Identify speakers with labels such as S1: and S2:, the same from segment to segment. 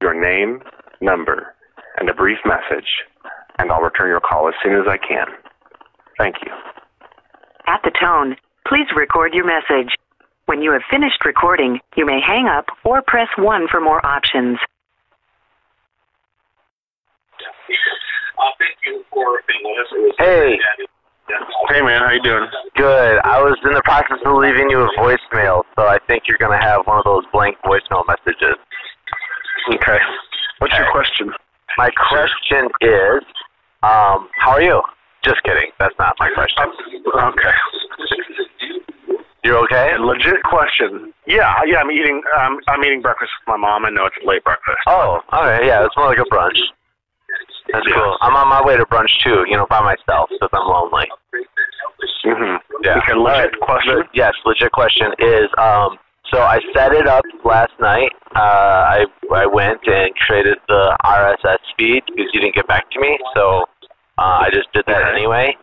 S1: your name, number, and a brief message, and I'll return your call as soon as I can. Thank you.
S2: At the tone, please record your message. When you have finished recording, you may hang up or press 1 for more options.
S3: Uh, thank you for being with us. It was-
S4: Hey.
S1: Hey man, how you doing?
S4: Good. I was in the process of leaving you a voicemail, so I think you're gonna have one of those blank voicemail messages.
S1: Okay. What's your question?
S4: My question is, um, how are you? Just kidding. That's not my question.
S1: Okay.
S4: You're okay?
S1: A legit question. Yeah, yeah. I'm eating. Um, I'm eating breakfast with my mom. I know it's late breakfast.
S4: Oh, all right. Yeah, it's more like a brunch. That's
S1: Yeah.
S4: cool. I'm on my way to brunch too. You know, by myself because I'm lonely.
S1: Mm-hmm.
S4: Yeah.
S1: Okay.
S4: All right.
S1: Legit question.
S4: Le- yes, legit question is um so I set it up last night. Uh, I I went and created the RSS feed because you didn't get back to me, so uh, I just did that
S1: Okay.
S4: anyway.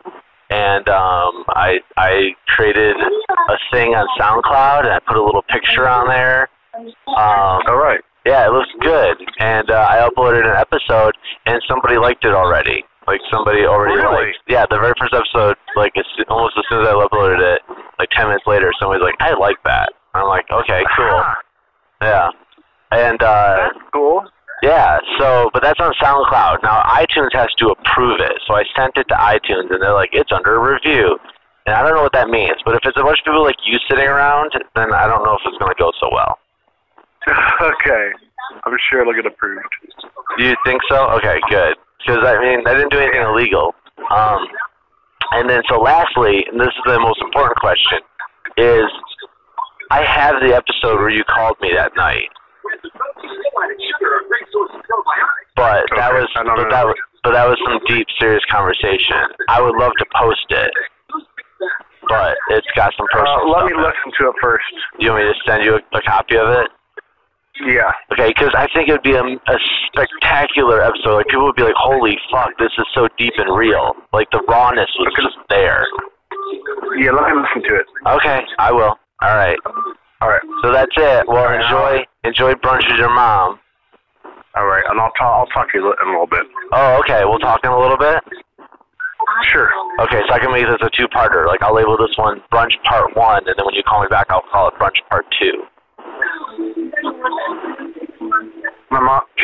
S4: And um, I I created a thing on SoundCloud and I put a little picture on there. Um,
S1: All right.
S4: yeah, it looks good. And uh, I uploaded an episode, and somebody liked it already. Like somebody already
S1: Really?
S4: liked. Yeah, the very first episode, like as, soo- almost as soon as I uploaded it, like ten minutes later, somebody's like, "I like that." I'm like, "Okay, cool."
S1: Ah,
S4: Yeah. And uh,
S1: that's cool.
S4: yeah, so but that's on SoundCloud. Now iTunes has to approve it. So I sent it to iTunes and they're like, It's under review. And I don't know what that means, but if it's a bunch of people like you sitting around, then I don't know if it's gonna go so well.
S1: okay. I'm sure it'll get approved.
S4: You think so? Okay, good. Because I mean, I didn't do anything illegal. Um, and then so lastly, and this is the most important question, is I have the episode where you called me that night, but that
S1: Okay,
S4: was
S1: I don't
S4: but
S1: know.
S4: that was but that was some deep, serious conversation. I would love to post it, but it's got some
S1: Uh,
S4: personal
S1: let
S4: stuff.
S1: me
S4: in it.
S1: listen to it first.
S4: You want me to send you a, a copy of it?
S1: Yeah.
S4: Okay, because I think it would be a, a spectacular episode. Like people would be like, "Holy fuck, this is so deep and real." Like the rawness was
S1: Okay.
S4: just there.
S1: Yeah. Let me listen to it.
S4: Okay, I will. All right.
S1: All right.
S4: So that's it. Well,
S1: right,
S4: enjoy enjoy brunch with your mom.
S1: All right. And I'll talk. I'll talk to you in a little bit.
S4: Oh, okay. We'll talk in a little bit.
S1: Sure.
S4: Okay, so I can make this a two-parter. Like I'll label this one brunch part one, and then when you call me back, I'll call it brunch part two.
S1: My mom.